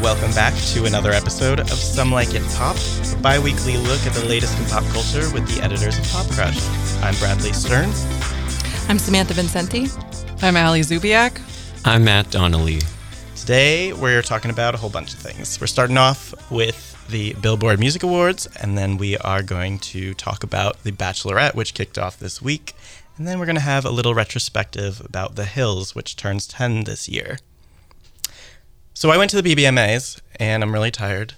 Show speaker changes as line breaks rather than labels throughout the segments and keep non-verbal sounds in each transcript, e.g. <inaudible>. welcome back to another episode of Some Like It Pop, a bi weekly look at the latest in pop culture with the editors of Pop Crush. I'm Bradley Stern.
I'm Samantha Vincenti.
I'm Ali Zubiak.
I'm Matt Donnelly. <laughs>
Today, we're talking about a whole bunch of things. We're starting off with the Billboard Music Awards, and then we are going to talk about The Bachelorette, which kicked off this week. And then we're going to have a little retrospective about The Hills, which turns 10 this year. So I went to the BBMAs, and I'm really tired.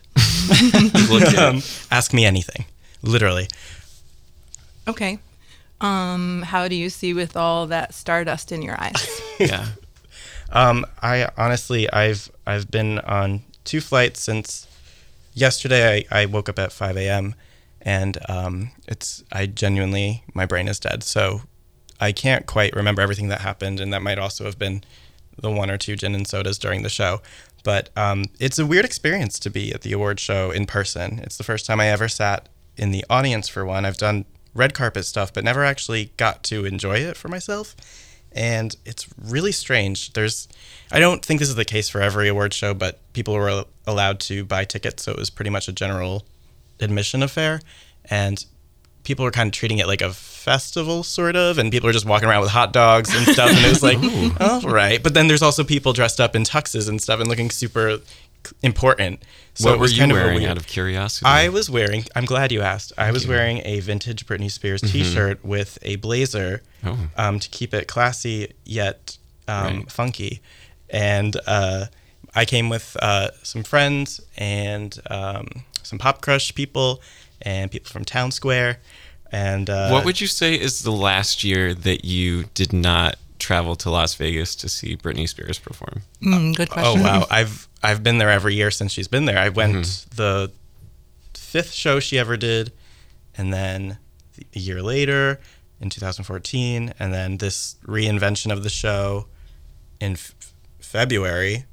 Um, ask me anything, literally.
Okay. Um, how do you see with all that stardust in your eyes?
yeah.
Um, I honestly, I've I've been on two flights since yesterday. I, I woke up at 5 a.m. and um, it's I genuinely my brain is dead, so I can't quite remember everything that happened, and that might also have been the one or two gin and sodas during the show. But um, it's a weird experience to be at the award show in person. It's the first time I ever sat in the audience for one. I've done red carpet stuff, but never actually got to enjoy it for myself. And it's really strange. There's, I don't think this is the case for every award show, but people were allowed to buy tickets. So it was pretty much a general admission affair. And people were kind of treating it like a festival, sort of. And people were just walking around with hot dogs and stuff. And it was
<laughs>
like, <laughs> all right. But then there's also people dressed up in tuxes and stuff and looking super important. So
what
it
were
was
you
kind of a
wearing
weird-
out of curiosity?
I was wearing. I'm glad you asked. I was wearing a vintage Britney Spears T-shirt with a blazer
Mm-hmm. Oh.
um, to keep it classy yet um,
Right.
funky, and uh, I came with uh, some friends and um, some Pop Crush people and people from Town Square. And uh,
what would you say is the last year that you did not travel to Las Vegas to see Britney Spears perform?
<laughs> Mm, good
Oh
question.
wow, I've I've been there every year since she's been there. I went the fifth show she ever did, and then a year later in 2014, and then this reinvention of the show in f- February.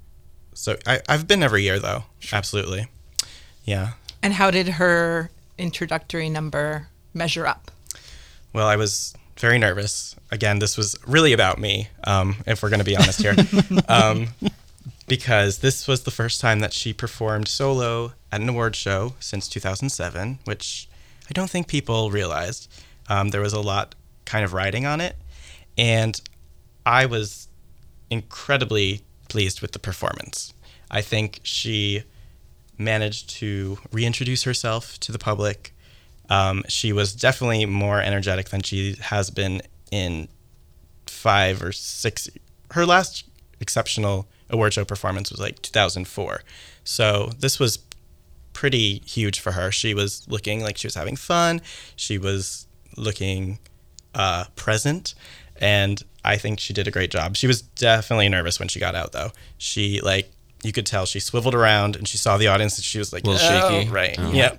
So I, I've been every year though, absolutely. Yeah.
And how did her introductory number measure up?
Well, I was very nervous. Again, this was really about me, um, if we're going to be honest here, um, because this was the first time that she performed solo at an award show since 2007, which I don't think people realized. Um, there was a lot kind of riding on it, and I was incredibly pleased with the performance. I think she managed to reintroduce herself to the public. Um, she was definitely more energetic than she has been in five or six. Her last exceptional award show performance was like 2004. So this was pretty huge for her. She was looking like she was having fun. She was looking uh, present, and I think she did a great job. She was definitely nervous when she got out, though. She like you could tell she swiveled around and she saw the audience and she was like,
Little
"Oh,"
shaky.
right?
Oh.
Yeah.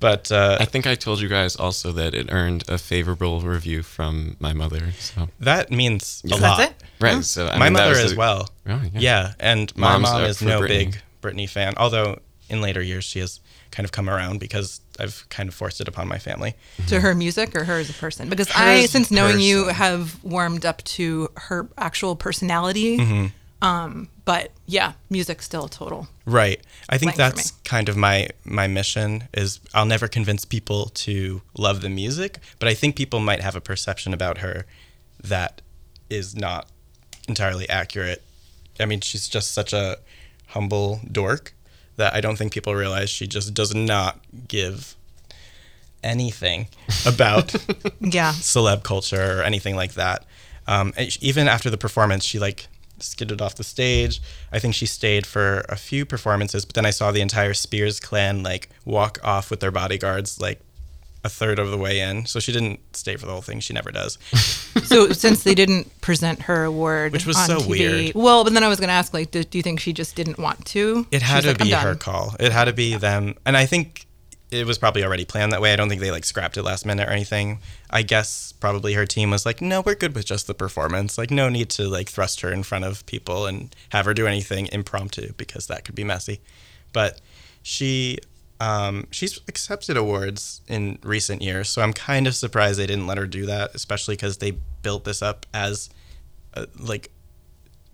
But uh,
I think I told you guys also that it earned a favorable review from my mother. So
That means a
So
lot.
that's it?
right, so I
My
mean, that
mother
was
as
the-
well.
Oh,
yeah.
yeah.
and my
Mom's
mom
up
is
for
no
Britney.
big Britney fan. Although in later years she has kind of come around because I've kind of forced it upon my family.
To her music or her as a person? Because I,
as a
since knowing you,
person.
have warmed up to her actual personality.
Mm-hmm.
Um, but yeah, music still total.
Right. I think
Blank for
that's
me.
kind of my my mission is I'll never convince people to love the music, but I think people might have a perception about her that is not entirely accurate. I mean, she's just such a humble dork that I don't think people realize she just does not give anything
<laughs>
about
Yeah.
celeb culture or anything like that. Um, and sh- even after the performance, she like skidded off the stage. I think she stayed for a few performances, but then I saw the entire Spears clan like walk off with their bodyguards like a third of the way in. So she didn't stay for the whole thing. She never does.
So since they didn't present her award,
Which was
on
so
TV,
weird.
Well, but then I was going to ask, like, do, do you think she just didn't want to?
It
She
had
was
to
like, "I'm
be her
done."
call. It had to be them. And I think it was probably already planned that way. I don't think they like scrapped it last minute or anything. I guess probably her team was like, no, we're good with just the performance. Like, no need to like thrust her in front of people and have her do anything impromptu because that could be messy. But she. Um, she's accepted awards in recent years, so I'm kind of surprised they didn't let her do that, especially because they built this up as uh, like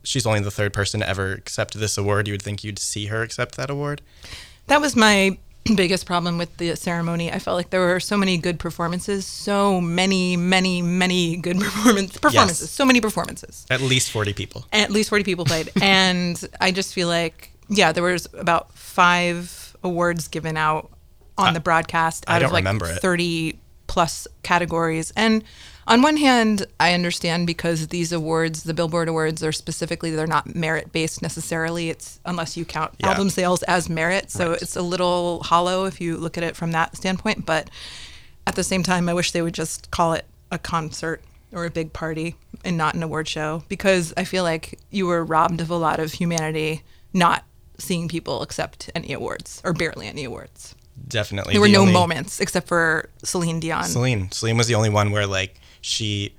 she's only the third person to ever accept this award. You would think you'd see her accept that award.
That was my <clears throat> biggest problem with the ceremony. I felt like there were so many good performances, so many, many, many good <laughs> performance performances, so many performances.
At least 40 people.
At least 40
<laughs>
people played, and I just feel like yeah, there was about 5 awards given out on the broadcast out
don't
of like
remember it.
30 plus categories. And on one hand, I understand because these awards, the Billboard Awards, are specifically they're not merit based necessarily. It's unless you count
Yeah.
album sales as merit, so it's a little hollow if you look at it from that standpoint. But at the same time, I wish they would just call it a concert or a big party and not an award show because I feel like you were robbed of a lot of humanity not seeing people accept any awards or barely any awards.
Definitely.
There were
the
no
only-
moments except for Celine Dion.
Celine. Celine was the only one where like she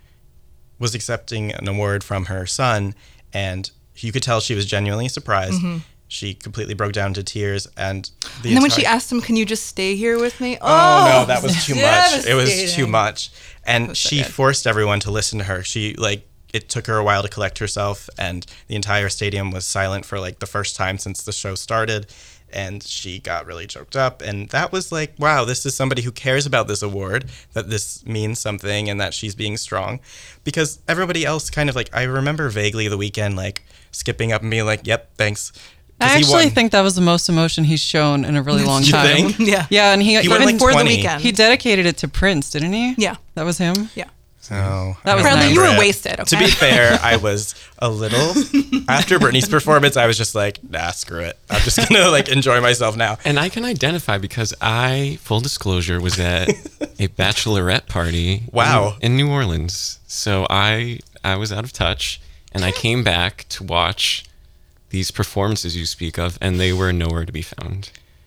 was accepting an award from her son, and you could tell she was genuinely surprised. She completely broke down to tears, and the
Mm-hmm. and then when she
entire-
asked him, "Can you just stay here with me?" Oh,
Oh no, that was too much. It was too
devastating.
much. And
so
she
good.
forced everyone to listen to her. She like it took her a while to collect herself and the entire stadium was silent for like the first time since the show started and she got really choked up and that was like wow this is somebody who cares about this award that this means something and that she's being strong because everybody else kind of like i remember vaguely the weekend like skipping up and being like yep thanks 'Cause
I
he
actually
won.
think that was the most emotion he's shown in a really long
You
time.
think?
<laughs> Yeah.
Yeah, and he,
He
even
went like
for the
20.
weekend. He dedicated it to Prince, didn't he?
Yeah.
That was him.
Yeah.
Oh,
That was
I don't
Bradley, you
remember
were
it.
wasted,
To be
okay? <laughs>
fair, I was a little. After Britney's performance, I was just like, nah, screw it. I'm just gonna like enjoy myself now.
And I can identify because I, full disclosure,
<laughs>
was at a bachelorette party.
Wow.
In, in New Orleans, so I I was out of touch, and I came back to watch these performances you speak of, and they were nowhere to be found.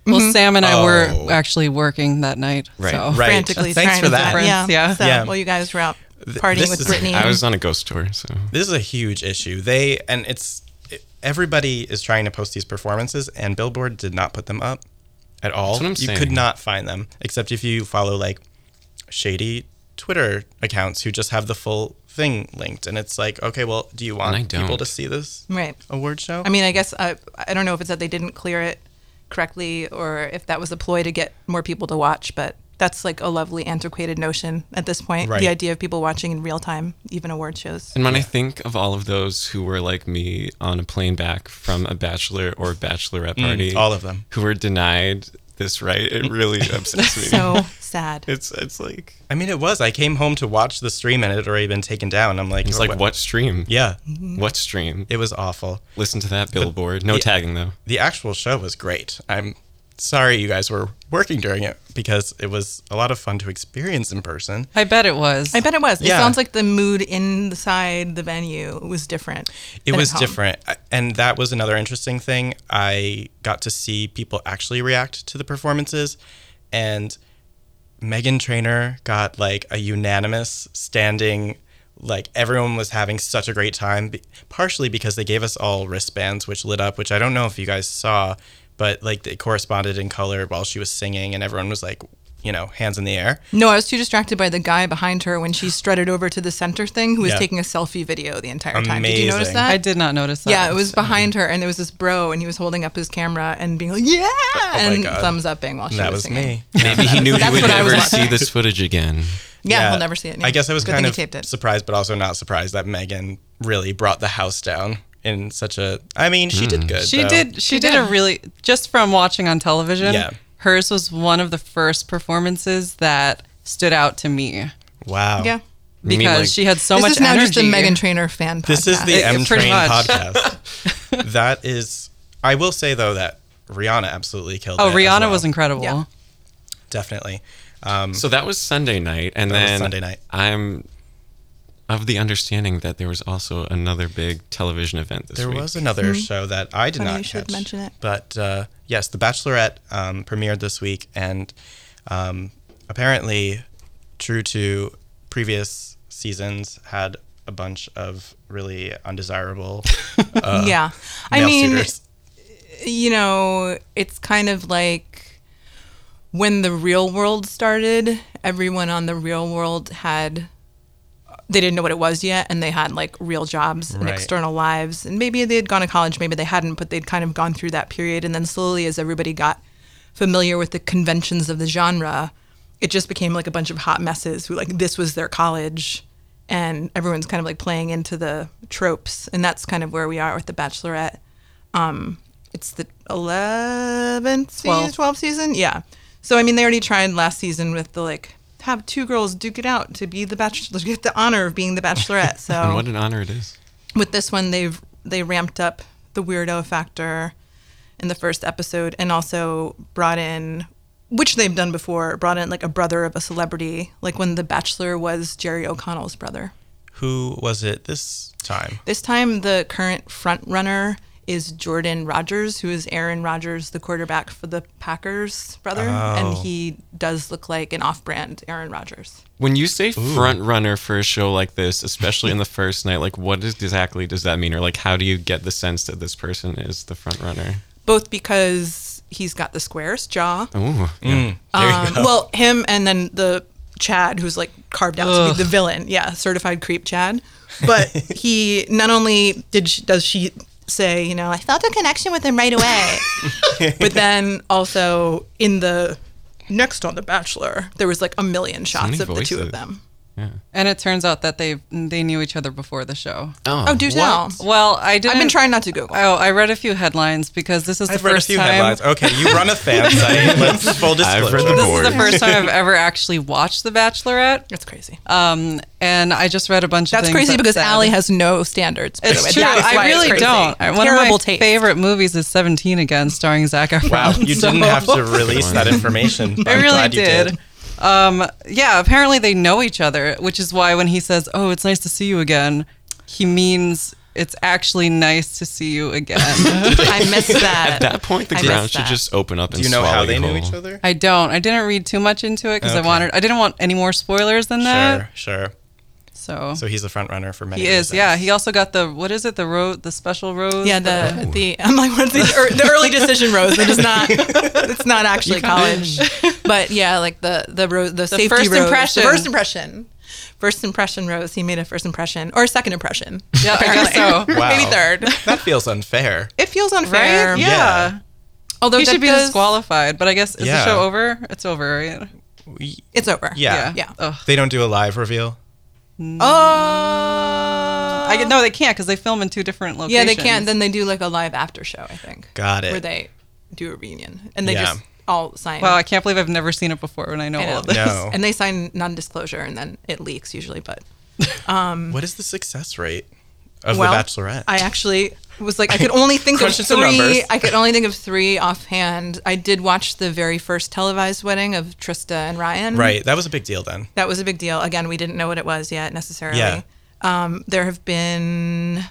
Mm-hmm.
Well, Sam and I
Oh.
were actually working that night.
Right,
So.
right.
Frantically
Thanks
trying
for
to
that.
find- Yeah.
Yeah.
So,
Yeah.
Well, you guys were out partying
this
with
is-
Brittany.
I was on a ghost tour, so
This is a huge issue. They and it's everybody is trying to post these performances, and Billboard did not put them up at all.
what I'm
you
saying.
could not find them except if you follow like shady Twitter accounts who just have the full thing linked, and it's like, okay, well, do you
I
want people
don't.
to see this
right.
award show?
I mean, I guess I, I don't know if it's that they didn't clear it correctly or if that was a ploy to get more people to watch, but that's like a lovely antiquated notion at this point.
Right.
The idea of people watching in real time, even award shows.
And when I think of all of those who were like me on a plane back from a bachelor or bachelorette party,
Mm, all of them.
who were denied this right,
<laughs>
it really upsets me.
So sad.
it's it's like
I mean, it was. I came home to watch the stream and it had already been taken down. I'm like,
it's like what stream?
Yeah,
What stream?
it was awful.
Listen to that billboard. No tagging though.
The actual show was great. I'm sorry you guys were working during it because it was a lot of fun to experience in person.
I bet it was.
I bet it was. It
Yeah.
sounds like the mood inside the venue was different.
It
than at
was
home.
different. I- And that was another interesting thing. I got to see people actually react to the performances and Megan Trainor got like a unanimous standing like everyone was having such a great time be- partially because they gave us all wristbands which lit up which I don't know if you guys saw but like they corresponded in color while she was singing and everyone was like you know hands in the air
No, I was too distracted by the guy behind her when she strutted over to the center thing who was
Yeah.
taking a selfie video the entire time. Did you notice
Amazing.
that?
I did not notice that.
Yeah, it was behind her, and there was this bro, and he was holding up his camera and being like, "Yeah," and
Oh God.
thumbs upping while she
that
was,
was
singing.
me
Maybe he knew he
That's
would
what I was
never
watching.
see this footage again.
Yeah, we'll never see it.
I guess I was
Good
kind
thing
of
he taped it.
surprised, but also not surprised that Megan really brought the house down in such a. I mean, she did good.
She
though.
did. She,
She
did, a
did.
really just from watching on television.
Yeah.
Hers was one of the first performances that stood out to me
Wow.
yeah,
mean
because
like-
she had so
this
much
is now
energy.
just a Megan Trainor fan. Podcast.
This is the
It-
M
pretty
Train
<laughs>
much.
podcast. that is. I will say though that Rihanna absolutely killed.
oh,
it as
Rihanna
well.
was incredible.
Yeah.
definitely. Um,
So that was Sunday night, and
That was
then
Sunday night.
I'm of the understanding that there was also another big television event this
there
week.
was another show that I did
Hmm. Funny
not
you should
catch,
mention it.
But uh, yes, The Bachelorette um, premiered this week, and um, apparently, true to previous seasons, had a bunch of really <laughs> undesirable
yeah. I
male
mean,
uh, suitors.
you know, it's kind of like when the real world started, everyone on the real world had they didn't know what it was yet and they had like real jobs and
Right.
external lives and maybe they had gone to college maybe they hadn't but they'd kind of gone through that period and then slowly as everybody got familiar with the conventions of the genre it just became like a bunch of hot messes who like this was their college and everyone's kind of like playing into the tropes and that's kind of where we are with the bachelorette it's the 11th season,
Twelfth.
12th season yeah so i mean they already tried last season with the like have two girls duke it out to be the bachelor <laughs> get the honor of being the bachelorette
And
so
what an honor it is.
with this one they've they ramped up the weirdo factor in the first episode and also brought in which they've done before brought in like a brother of a celebrity like when the bachelor was jerry o'connell's brother
Who was it this time?
this time, the current front runner is Jordan Rogers, who is Aaron Rodgers, the quarterback for the Packers brother, and
Oh.
he does look like an off-brand Aaron Rodgers.
When you say front runner for a show like this, especially in the <laughs> first night, like what is, exactly does that mean? Or like how do you get the sense that this person is the front runner?
Both because he's got the squarest jaw.
Ooh.
Mm.
yeah.
Um, well, him and then the Chad, who's like carved out to be the villain. Yeah, certified creep Chad.
<laughs>
But he not only did she, does she say, you know, I felt a connection with him right
<laughs>
away, but then also in the next on The Bachelor, there was like a million shots
many
of the two of
voices.
them.
And it turns out that they they knew each other before the show.
Oh, do tell.
Well, I didn't.
I've been trying not to Google.
Oh, I read a few headlines because this is the
I've read a
first
few
time.
headlines. Oh, Okay, you run a <laughs> fan site. Let's full disclosure.
I've read the
This
board.
is the first
<laughs>
time I've ever actually watched The Bachelorette.
That's crazy.
Um, and I just read a bunch of
That's
things.
crazy
that
because
said-
Allie has no standards. by the way.
It's true.
That's why
I
it's
really
crazy.
don't. I- One
Terrible
of my
taste. <laughs>
favorite movies is Seventeen Again, starring Zac Efron.
Wow, you
So-
didn't have to release <laughs> that information. but
<laughs> I
I'm
really
glad you
did. Um, yeah, apparently they know each other, which is why when he says, "Oh, it's nice to see you again," he means it's actually nice to see you
<laughs>
again.
I missed that.
At that point, the
I
ground
missed
should
that.
just open up and
Do you know how
swallow
they
you
knew
whole.
each other?
I don't. I didn't read too much into it because
Okay.
I wanted. I didn't want any more spoilers than that.
Sure, sure.
So,
So he's the front runner for many.
he is.
reasons.
Yeah. He also got the what is it? The road. The special road.
Yeah, the the I'm like what's the, er, the early decision rose,
<laughs>
which is not it's not actually college, but yeah, like the the rose the, safety
first
rose,
impression.
the first impression, first impression rose. He made a first impression or a second impression,
Yeah, I guess so.
Wow.
<laughs> maybe third.
<laughs> That feels unfair.
It feels unfair.
Right? Yeah.
Yeah.
although
He
that
should be
does-
disqualified, but I guess is
Yeah.
the show over? It's over, right?
We-
It's over.
yeah.
yeah.
Ugh.
They don't do a live reveal.
Oh,
I get, no, they can't because they film in two different locations.
yeah, they can't. Then they do like a live after show, I think.
Got it.
Where they do a reunion and they
Yeah.
just all sign.
Wow, I can't believe I've never seen it before when I know,
I know.
all of this.
No.
<laughs> And they sign non-disclosure, and then it leaks usually. But
What is the success rate of
Mm. well,
The Bachelorette?
I actually was like,
<laughs>
I could only think of
Crunching some numbers.
three. I could only think of three offhand. I did watch the very first televised wedding of Trista and Ryan.
right, that was a big deal then.
That was a big deal. Again, we didn't know what it was yet necessarily.
Yeah.
Um, there have been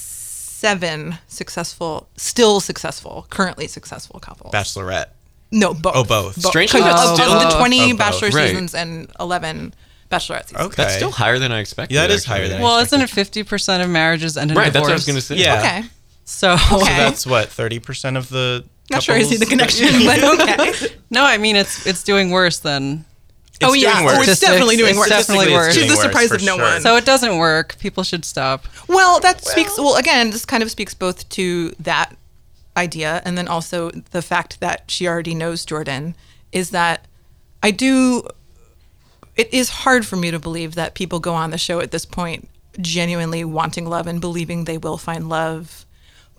seven successful, still successful, currently successful couples.
Bachelorette.
no, both.
Oh, both.
Strangely, that's
of,
still-
of the 20
Of both.
Bachelor
Right.
seasons and 11 Bachelorette seasons.
Okay.
That's still higher than I expected.
Yeah, that is
actually.
higher than I
Well, isn't it fifty percent of marriages end in
Right, that's
divorce?
what I was gonna say.
Yeah.
Okay.
So
Okay.
<laughs>
That's what thirty percent of the.
Not sure I see the
couples-
connection, but okay. <laughs>
no, I mean it's it's doing worse than
<laughs> It's
Oh, yeah.
doing
Oh,
worse.
it's definitely doing
It's
worse.
definitely
Statistically,
worse.
it's
She's
doing
the surprise
worse,
of
for
no one.
So it doesn't work. People should stop.
Well, that speaks. Well, again, this kind of speaks both to that idea and then also the fact that she already knows Jordan is that I do. It is hard for me to believe that people go on the show at this point genuinely wanting love and believing they will find love.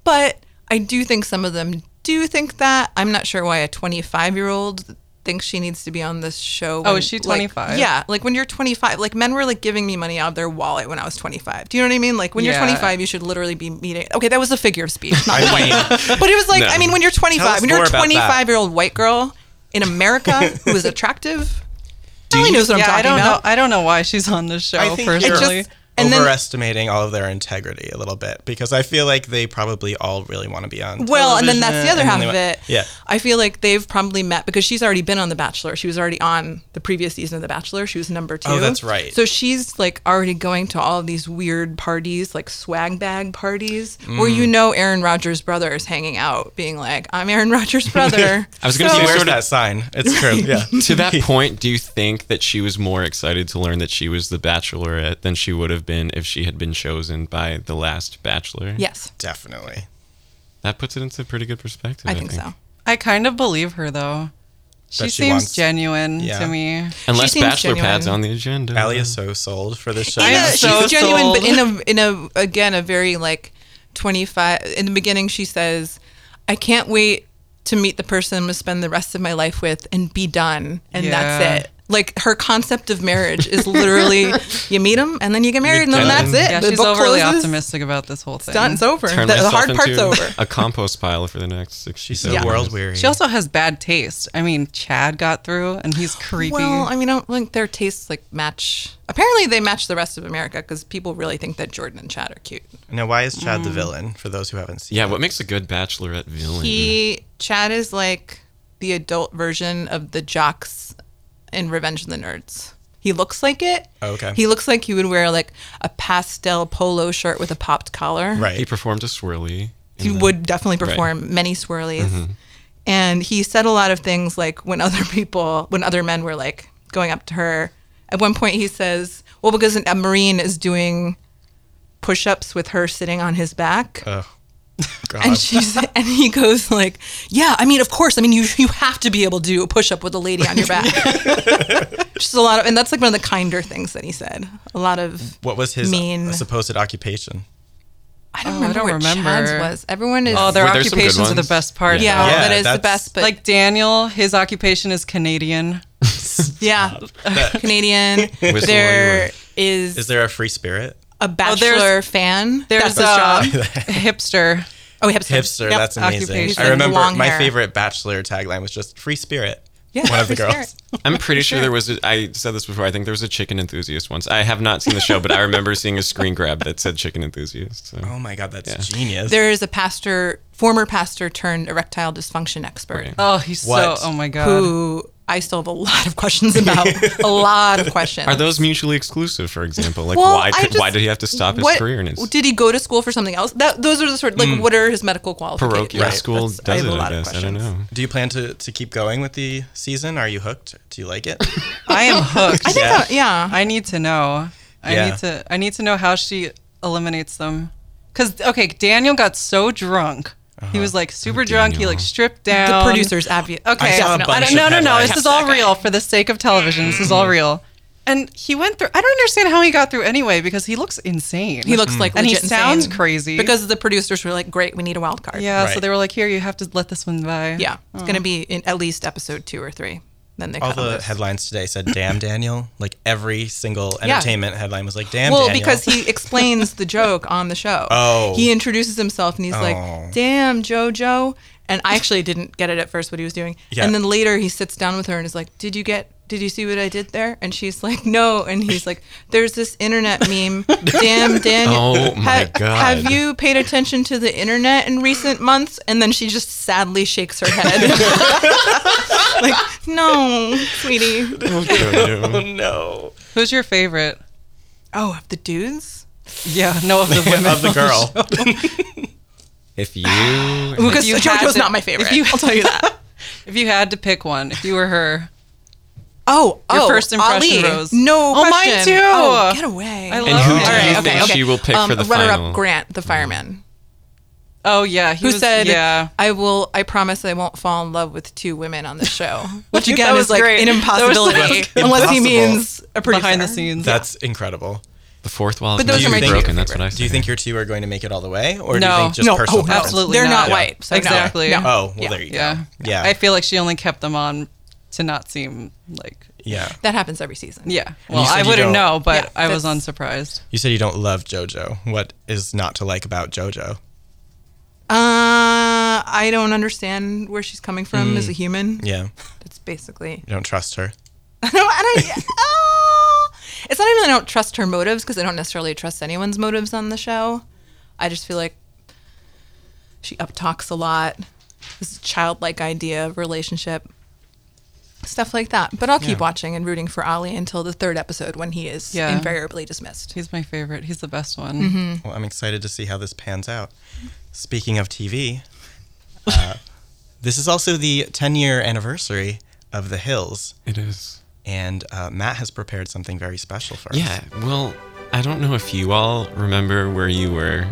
But I do think some of them do think that. I'm not sure why a 25 year old thinks she needs to be on this show.
Oh,
when,
is she
like-
25?
yeah, yeah, like when you're 25, like men were like giving me money out of their wallet when I was 25. Do you know what I mean? Like when you're
Yeah.
25, you should literally be meeting. Okay, that was a figure of speech,
<laughs> <laughs>
not
I mean,
<laughs> but it was like,
No.
I mean, when you're
Tell
25,
us
when you're
more
a
about that.
25 year old white girl in America
<laughs>
who is attractive, Allie knows what I'm
yeah,
talking
I don't
about.
know. I don't know why she's on this show
I think
personally.
you're-
It just Oh, And then-
overestimating all of their integrity a little bit because I feel like they probably all really want to be on.
Well, and then that's the
television,
other
and
half
they
of
wa-
it.
Yeah.
I feel like they've probably met because she's already been on The Bachelor. She was already on the previous season of The Bachelor. She was number two.
Oh, that's right.
So she's like already going to all of these weird parties, like swag bag parties, where you know Aaron Rodgers' brother is hanging out, being like, I'm Aaron Rodgers' brother.
I was gonna
She
say
wears
sort of
that sign. It's
<laughs>
true. Yeah.
<laughs> to that point, do you think that she was more excited to learn that she was the bachelorette than she would have been if she had been chosen by the last bachelor?
yes,
Definitely.
That puts it into pretty good perspective.
I think so.
I kind of believe her though. She,
That she
seems
wants-
genuine
Yeah.
to me.
Unless
seems
bachelor pad's
genuine.
on the agenda.
Allie is so sold for this show.
In
am
a-
so
she's genuine, but
sold.
in a in a again a very like twenty five. In the beginning, she says, "I can't wait to meet the person I'm gonna spend the rest of my life with and be done, and
Yeah.
that's it." Like her concept of marriage is
<laughs>
literally you meet him and then you get married and then
done.
that's it.
Yeah,
The
she's
book
overly
closes,
optimistic about this whole thing.
Done. It's over. The,
Turn
the
myself
hard part's
into
over.
a compost pile for the next six.
She's so
Yeah.
world weary.
She also has bad taste. I mean, Chad got through, and he's creepy.
Well, I mean, I don't think their tastes like match. Apparently, they match the rest of America because people really think that Jordan and Chad are cute.
now, why is Chad the
Mm.
villain? For those who haven't seen.
Yeah,
it?
what makes a good bachelorette villain?
He Chad is like the adult version of the jocks in Revenge of the Nerds. He looks like it.
Oh, Okay.
He looks like he would wear like a pastel polo shirt with a popped collar.
Right. Mm-hmm.
He performed a swirly.
He would definitely perform many swirlies. And he said a lot of things like when other people, when other men were like going up to her. At one point, he says, "Well, because a marine is doing push-ups with her sitting on his back."
<laughs>
Oh. God.
and she's and he goes like, "Yeah, I mean, of course. I mean, you you have to be able to do a push up with a lady on your back." Just a lot of, and that's like one of the kinder things that he said. A lot of
what was his
mean-
supposed occupation?
I don't
Oh, I
remember
don't
what Chad's
remember.
was. Everyone is
oh, their
Were there some good
occupations are the
ones?
best part.
yeah,
Yeah,
that is the
that's-
best. But
like Daniel, his occupation is Canadian.
yeah, <laughs> Canadian.
while you
there
were-
is,
Is there a free spirit?
a bachelor
there's-
fan.
There's uh,
that's his job. <laughs>
a hipster.
oh, hipster.
Hipster,
Yep.
that's amazing.
Occupation.
I remember
Long
my
hair.
favorite Bachelor tagline was just "Free Spirit."
Yeah,
one of the
free
girls.
spirit.
I'm pretty sure there was. A, I said this before. I think there was a chicken enthusiast once. I have not seen the show, but I remember seeing a screen grab that said chicken enthusiast. So.
Oh my god, that's genius.
There is a pastor, former pastor turned erectile dysfunction expert.
Right.
Oh, he's
What?
so. Oh my god.
who I still have a lot of questions about. a lot
<laughs>
of questions.
Are those mutually exclusive? For example, like
Well,
why?
I
Could, why
just-
did he have to stop his
what,
career? And his Mm.
did he go to school for something else? That, those are the sort like what are his medical qualifications?
parochial
Right,
school
that's- I
does
have
it?
a
I
lot of
guess. I don't know.
questions.
Do you plan to to keep going with the season? Are you hooked? Do you like
<laughs>
it?
I am hooked.
I think
Yeah.
that- yeah.
I need to know. I
Yeah.
need to. I need to know how she eliminates them. Cause okay, Daniel got so drunk. He was like super drunk. He like stripped down.
the producers advocate.
Okay.
Oh, I saw a
definitely.
bunch
I
of
don't, no, no, no.
headlines. Mm.
This is all real for the sake of television. This is all real. And he went through. I don't understand how he got through anyway because he looks insane.
He
Mm.
Mm.
looks like
and
legit
he sounds
insane.
crazy
because the producers were like, "Great, we need a wild card."
yeah. Oh. So
Right.
they were like, here, you have to let this one by.
yeah. It's gonna be in at least episode two or three. Then they
All
cut
the
loose.
headlines today said "Damn Daniel." Like every single
Yeah.
entertainment headline was like "Damn
Well,
Daniel."
because he explains the joke on the show.
Oh.
He introduces himself and he's
Oh.
like, damn, JoJo. And I actually didn't get it at first what he was doing.
Yeah.
And then later he sits down with her and is like, did you get, did you see what I did there? And she's like, no. And he's like, there's this internet meme. Damn, Daniel.
Oh my God.
Have
<laughs>
you paid attention to the internet in recent months? And then she just sadly shakes her head. <laughs> like, no,
<laughs>
sweetie.
oh
<laughs>
no,
Who's your favorite?
Oh, of the dudes?
Yeah. No, of the women.
<laughs> of the
<laughs>
<laughs>
girl.
If you,
Because
you had
JoJo's
to-
not my favorite.
if you-
I'll tell you that.
<laughs> If you had to pick one, if you were her,
Oh,
Your
oh,
first
Ali.
impression, Rose.
No,
Oh, mine
question.
too.
Oh, get away.
I
and
love
who
her.
do
All
you
right,
think she will pick
um,
for the
runner-up
final?
Grant, the fireman,
Oh yeah, he
who
was,
said,
yeah.
"I will. I promise I won't fall in love with two women on the
<laughs>
show." Which
That
again
was
is like an
great. That was so
impossibility,
good.
<laughs> unless he
Impossible.
means a producer.
behind the scenes.
That's incredible.
The fourth wall is
But those
meant
are
to be
my two
broken. That's what I.
favorites.
Say.
Do you think your two are going to make it all the way, or do
No.
you think just
No,
personal?
oh, no.
preference?
Absolutely
They're
not.
not
Yeah.
white. So no.
Exactly.
No.
Oh, well,
Yeah.
there you go.
yeah.
yeah,
I feel like she only kept them on to not seem like
yeah.
That happens every season.
yeah.
you
Well,
said
I
you
wouldn't
don't-
know, but
Yeah,
I was
that's-
unsurprised.
You said you don't love JoJo. What is not to like about JoJo?
Uh, I don't understand where she's coming
Mm.
from as a human.
Yeah, you
That's basically. <laughs>
don't trust her.
I don't. I don't. uh, It's not even that I don't trust her motives because I don't necessarily trust anyone's motives on the show. I just feel like she uptalks a lot. This childlike idea of relationship, stuff like that. But I'll keep watching and rooting for Ali until the third episode when he is
Yeah.
invariably dismissed.
He's my favorite. He's the best one.
Mm-hmm. Mm.
Well, I'm excited to see how this pans out. Speaking of TV,
<laughs>
uh, this is also the 10 year anniversary of The Hills,
It is.
and uh, Matt has prepared something very special for us.
Yeah. Well, I don't know if you all remember where you were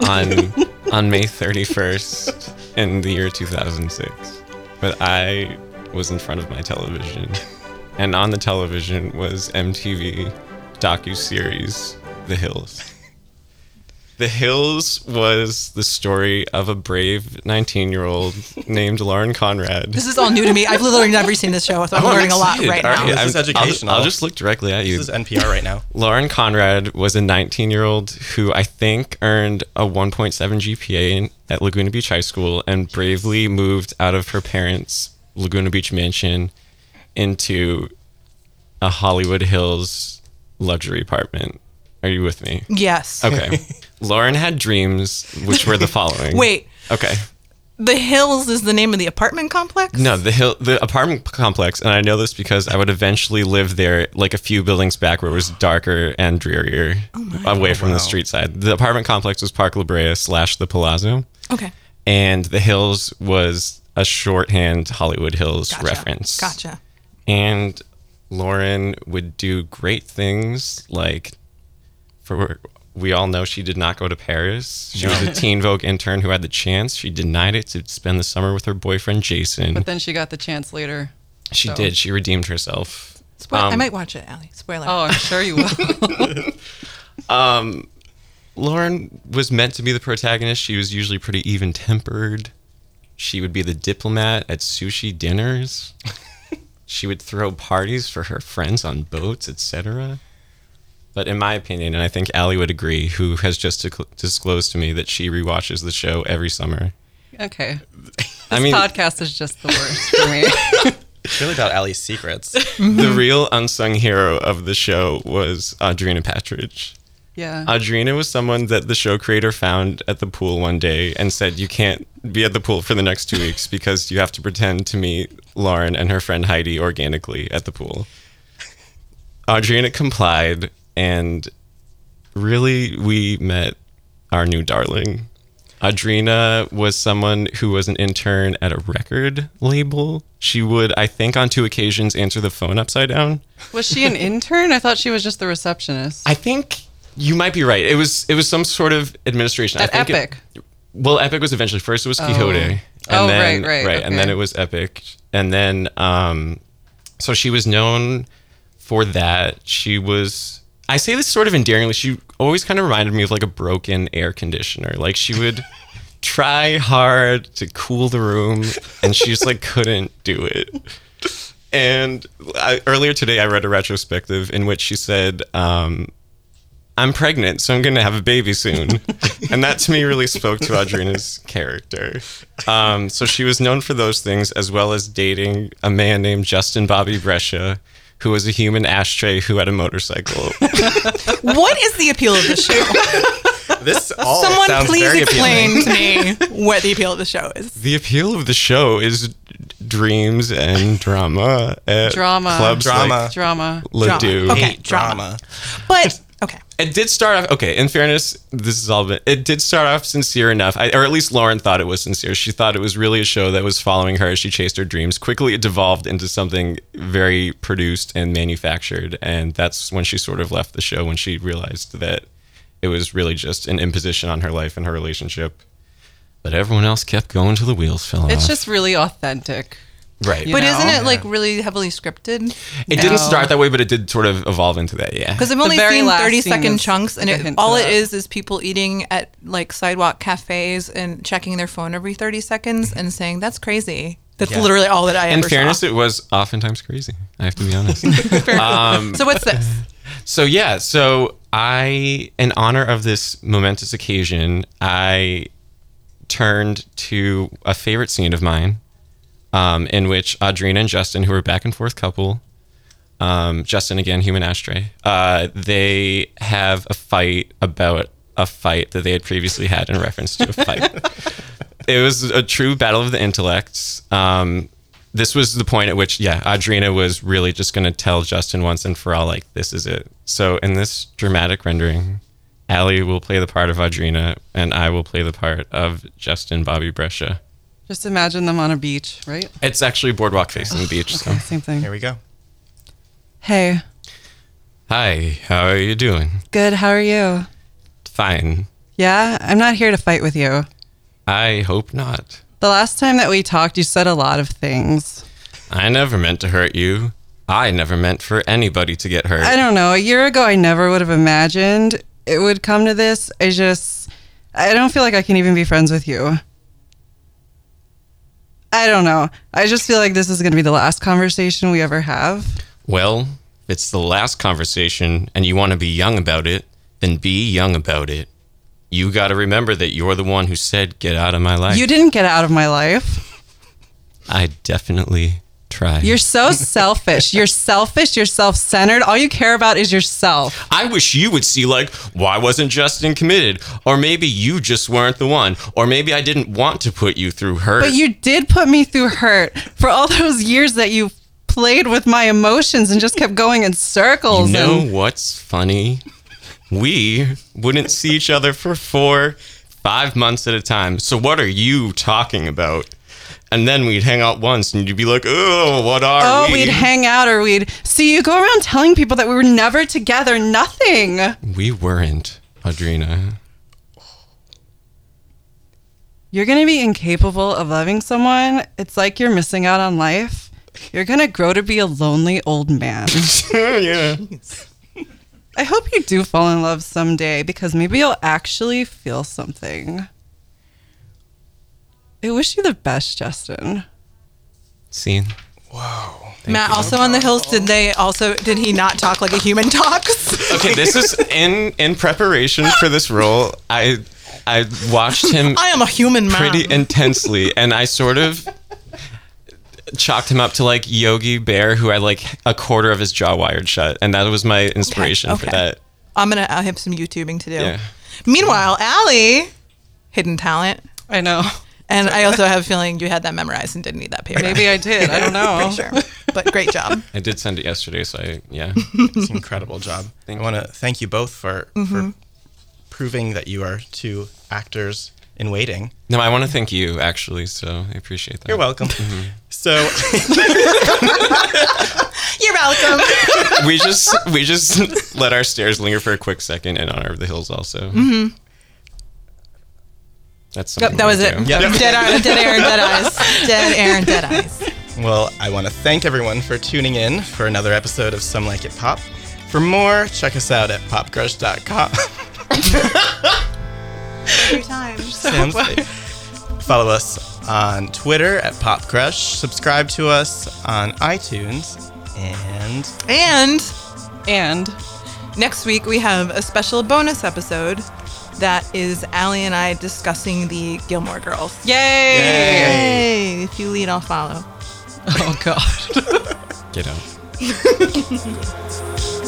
<laughs>
on on May 31st in the year 2006, but I was in front of my television, and on the television was MTV docuseries The Hills. The Hills was the story of a brave 19-year-old named Lauren Conrad.
This is all new to me. I've literally never seen this show, so I'm
<laughs> Oh, I'm
learning a lot right
excited.
now.
All
This
I'm-
is
I'll-
educational.
I'll, just look directly at you.
This is NPR right now.
Lauren Conrad was a 19 year old who I think earned a 1.7 GPA in, at Laguna Beach High School and bravely moved out of her parents' Laguna Beach mansion into a Hollywood Hills luxury apartment. Are you with me?
Yes.
Okay. Lauren had dreams, which were the following.
Wait.
Okay.
The Hills is the name of the apartment complex?
No, the hill, the apartment complex, and I know this because I would eventually live there, like a few buildings back, where it was darker and drearier, uh, away from
Wow.
the street side. The apartment complex was Park La Brea slash the Palazzo,
Okay.
and the Hills was a shorthand Hollywood Hills
Gotcha.
reference.
Gotcha.
And Lauren would do great things, like for we all know she did not go to Paris. She was a Teen Vogue intern who had the chance. She denied it to spend the summer with her boyfriend Jason.
But then she got the chance later.
She
So-
did. She redeemed herself.
Spoil- I
Um,
might watch it, Allie. Spoiler.
Oh, I'm sure you will.
<laughs>
Lauren was meant to be the protagonist. She was usually pretty even tempered. She would be the diplomat at sushi dinners. she would throw parties for her friends on boats, etc. But in my opinion, and I think Allie would agree, who has just dic- disclosed to me that she rewatches the show every summer.
okay.
I mean,
Podcast is just the worst for
<laughs>
me.
It's really about Ali's
<laughs>
secrets.
the real unsung hero of the show was Audrina Patridge.
Yeah.
Audrina was someone that the show creator found at the pool one day and said, You can't be at the pool for the next two weeks because you have to pretend to meet Lauren and her friend Heidi organically at the pool. Audrina complied, and really, we met our new darling. Audrina was someone who was an intern at a record label. She would, I think, on two occasions answer the phone upside down.
Was she an intern? I thought she was just the receptionist.
I think you might be right. It was it was some sort of administration.
At
I think it-
Epic.
well, Epic was eventually first. It was Quixote, and
Oh,
then
right, right,
and then
okay.
it was Epic, and then um, so she was known for that. She was. I say this sort of endearingly. She always kind of reminded me of like a broken air conditioner. Like she
<laughs>
would try hard to cool the room, and she just like couldn't do it. And I, earlier today, I read a retrospective in which she said, um, I'm pregnant, so I'm going to have a baby soon. <laughs> and that to me really spoke to Audrina's character. Um, so she was known for those things, as well as dating a man named Justin Bobby Brescia, who was a human ashtray who had a motorcycle.
What is the appeal of the <laughs> show?
This all
Someone
sounds very
please
appealing.
explain to me <laughs> what the appeal of the show is.
the appeal of the show is d- dreams and drama. At
Drama.
Clubs
Drama.
Like
Drama.
La
Drama.
Due.
Okay.
Drama.
But okay.
It did start off okay. In fairness, this is all. Been, it did start off sincere enough, I, or at least Lauren thought it was sincere. She thought it was really a show that was following her as she chased her dreams. Quickly, it devolved into something very produced and manufactured, and that's when she sort of left the show when she realized that it was really just an imposition on her life and her relationship. But everyone else kept going till the wheels fell
It's
off.
just really authentic.
right.
But
know?
isn't it like really heavily scripted?
it didn't start that way, but it did sort of evolve into that. Yeah.
Because I've only
very
seen
last
30
scene
second
is
chunks, and
like a
it,
hint to
all it
that.
is is people eating at like sidewalk cafes and checking their phone every 30 seconds and saying, that's crazy. That's
Yeah.
literally all that I
In
ever
fairness,
saw.
it was oftentimes crazy. I have to be honest.
so what's <laughs> this?
So yeah, so I in honor of this momentous occasion, I turned to a favorite scene of mine, um, in which Audrina and Justin, who were a back and forth couple, um, Justin again, Human Ashtray. Uh, they have a fight about a fight that they had previously had in reference to a fight. it was a true battle of the intellects. Um, this was the point at which, yeah, Adrina was really just going to tell Justin once and for all, like, this is it. So, in this dramatic rendering, Allie will play the part of Adrina, and I will play the part of Justin Bobby Brescia.
Just imagine them on a beach, right?
It's actually boardwalk facing the beach. So.
<laughs> Okay, same
Here
thing.
we go.
Hey,
Hi, how are you doing?
good. How are you?
Fine.
Yeah, I'm not here to fight with you.
I hope not.
The last time that we talked, you said a lot of things.
I never meant to hurt you. I never meant for anybody to get hurt.
I don't know. A year ago, I never would have imagined it would come to this. I just, I don't feel like I can even be friends with you. I don't know. I just feel like this is going to be the last conversation we ever have.
Well, if it's the last conversation and you want to be young about it, then be young about it. You got to remember that you're the one who said, Get out of my life.
You didn't get out of my life.
I definitely tried.
You're so <laughs> selfish. You're selfish. You're self centered. All you care about is yourself.
I wish you would see, like, why wasn't Justin committed? Or maybe you just weren't the one. Or maybe I didn't want to put you through hurt.
But you did put me through hurt for all those years that you played with my emotions and just kept going in circles.
You know
and-
what's funny? We wouldn't see each other for four, five months at a time. So what are you talking about? And then we'd hang out once, and you'd be like, "Oh, what are
Oh,
we?"
we'd hang out or we'd see you go around telling people that we were never together. Nothing.
we weren't,
<laughs>
Adrina.
You're going to be incapable of loving someone. It's like you're missing out on life. You're going to grow to be a lonely old man.
yeah.
I hope you do fall in love someday because maybe you'll actually feel something. I wish you the best, Justin.
See,
Matt, also on the hills, did they also did he not talk like a human <laughs> talks?
okay,
<laughs>
this is in in preparation for this role. I I watched him
<laughs> I am a human man.
pretty intensely, and I sort of chalked him up to like Yogi Bear, who had like a quarter of his jaw wired shut, and that was my inspiration for
okay.
that.
I'm gonna I have some YouTubing to do.
Yeah.
Meanwhile, Allie, hidden talent,
I know.
and I <laughs> also have a feeling you had that memorized and didn't need that paper.
Maybe I did. I don't know.
Pretty sure, <laughs> but great job.
I did send it yesterday, so I, yeah.
It's an incredible job.
Thank
I want to thank you both for for proving that you are two actors in waiting.
No, I want to thank you actually. So I appreciate that.
You're welcome. <laughs> So
<laughs> You're welcome.
We just we just <laughs> let our stares linger for a quick second in honor of the hills. Also, that's something
Mm-hmm. that was
we
it.
do.
Yep.
Dead, eye- dead air <laughs> and dead eyes. Dead air and dead eyes.
Well, I want to thank everyone for tuning in for another episode of Some Like It Pop. For more, check us out at popcrush.com. <laughs>
Every time.
Sounds like- Follow us on Twitter at popcrush. Subscribe to us on iTunes. And
And
And
next week we have a special bonus episode that is Allie and I discussing the Gilmore Girls.
yay!
Yay.
Hey, if you lead, I'll follow.
Oh, God.
Get out.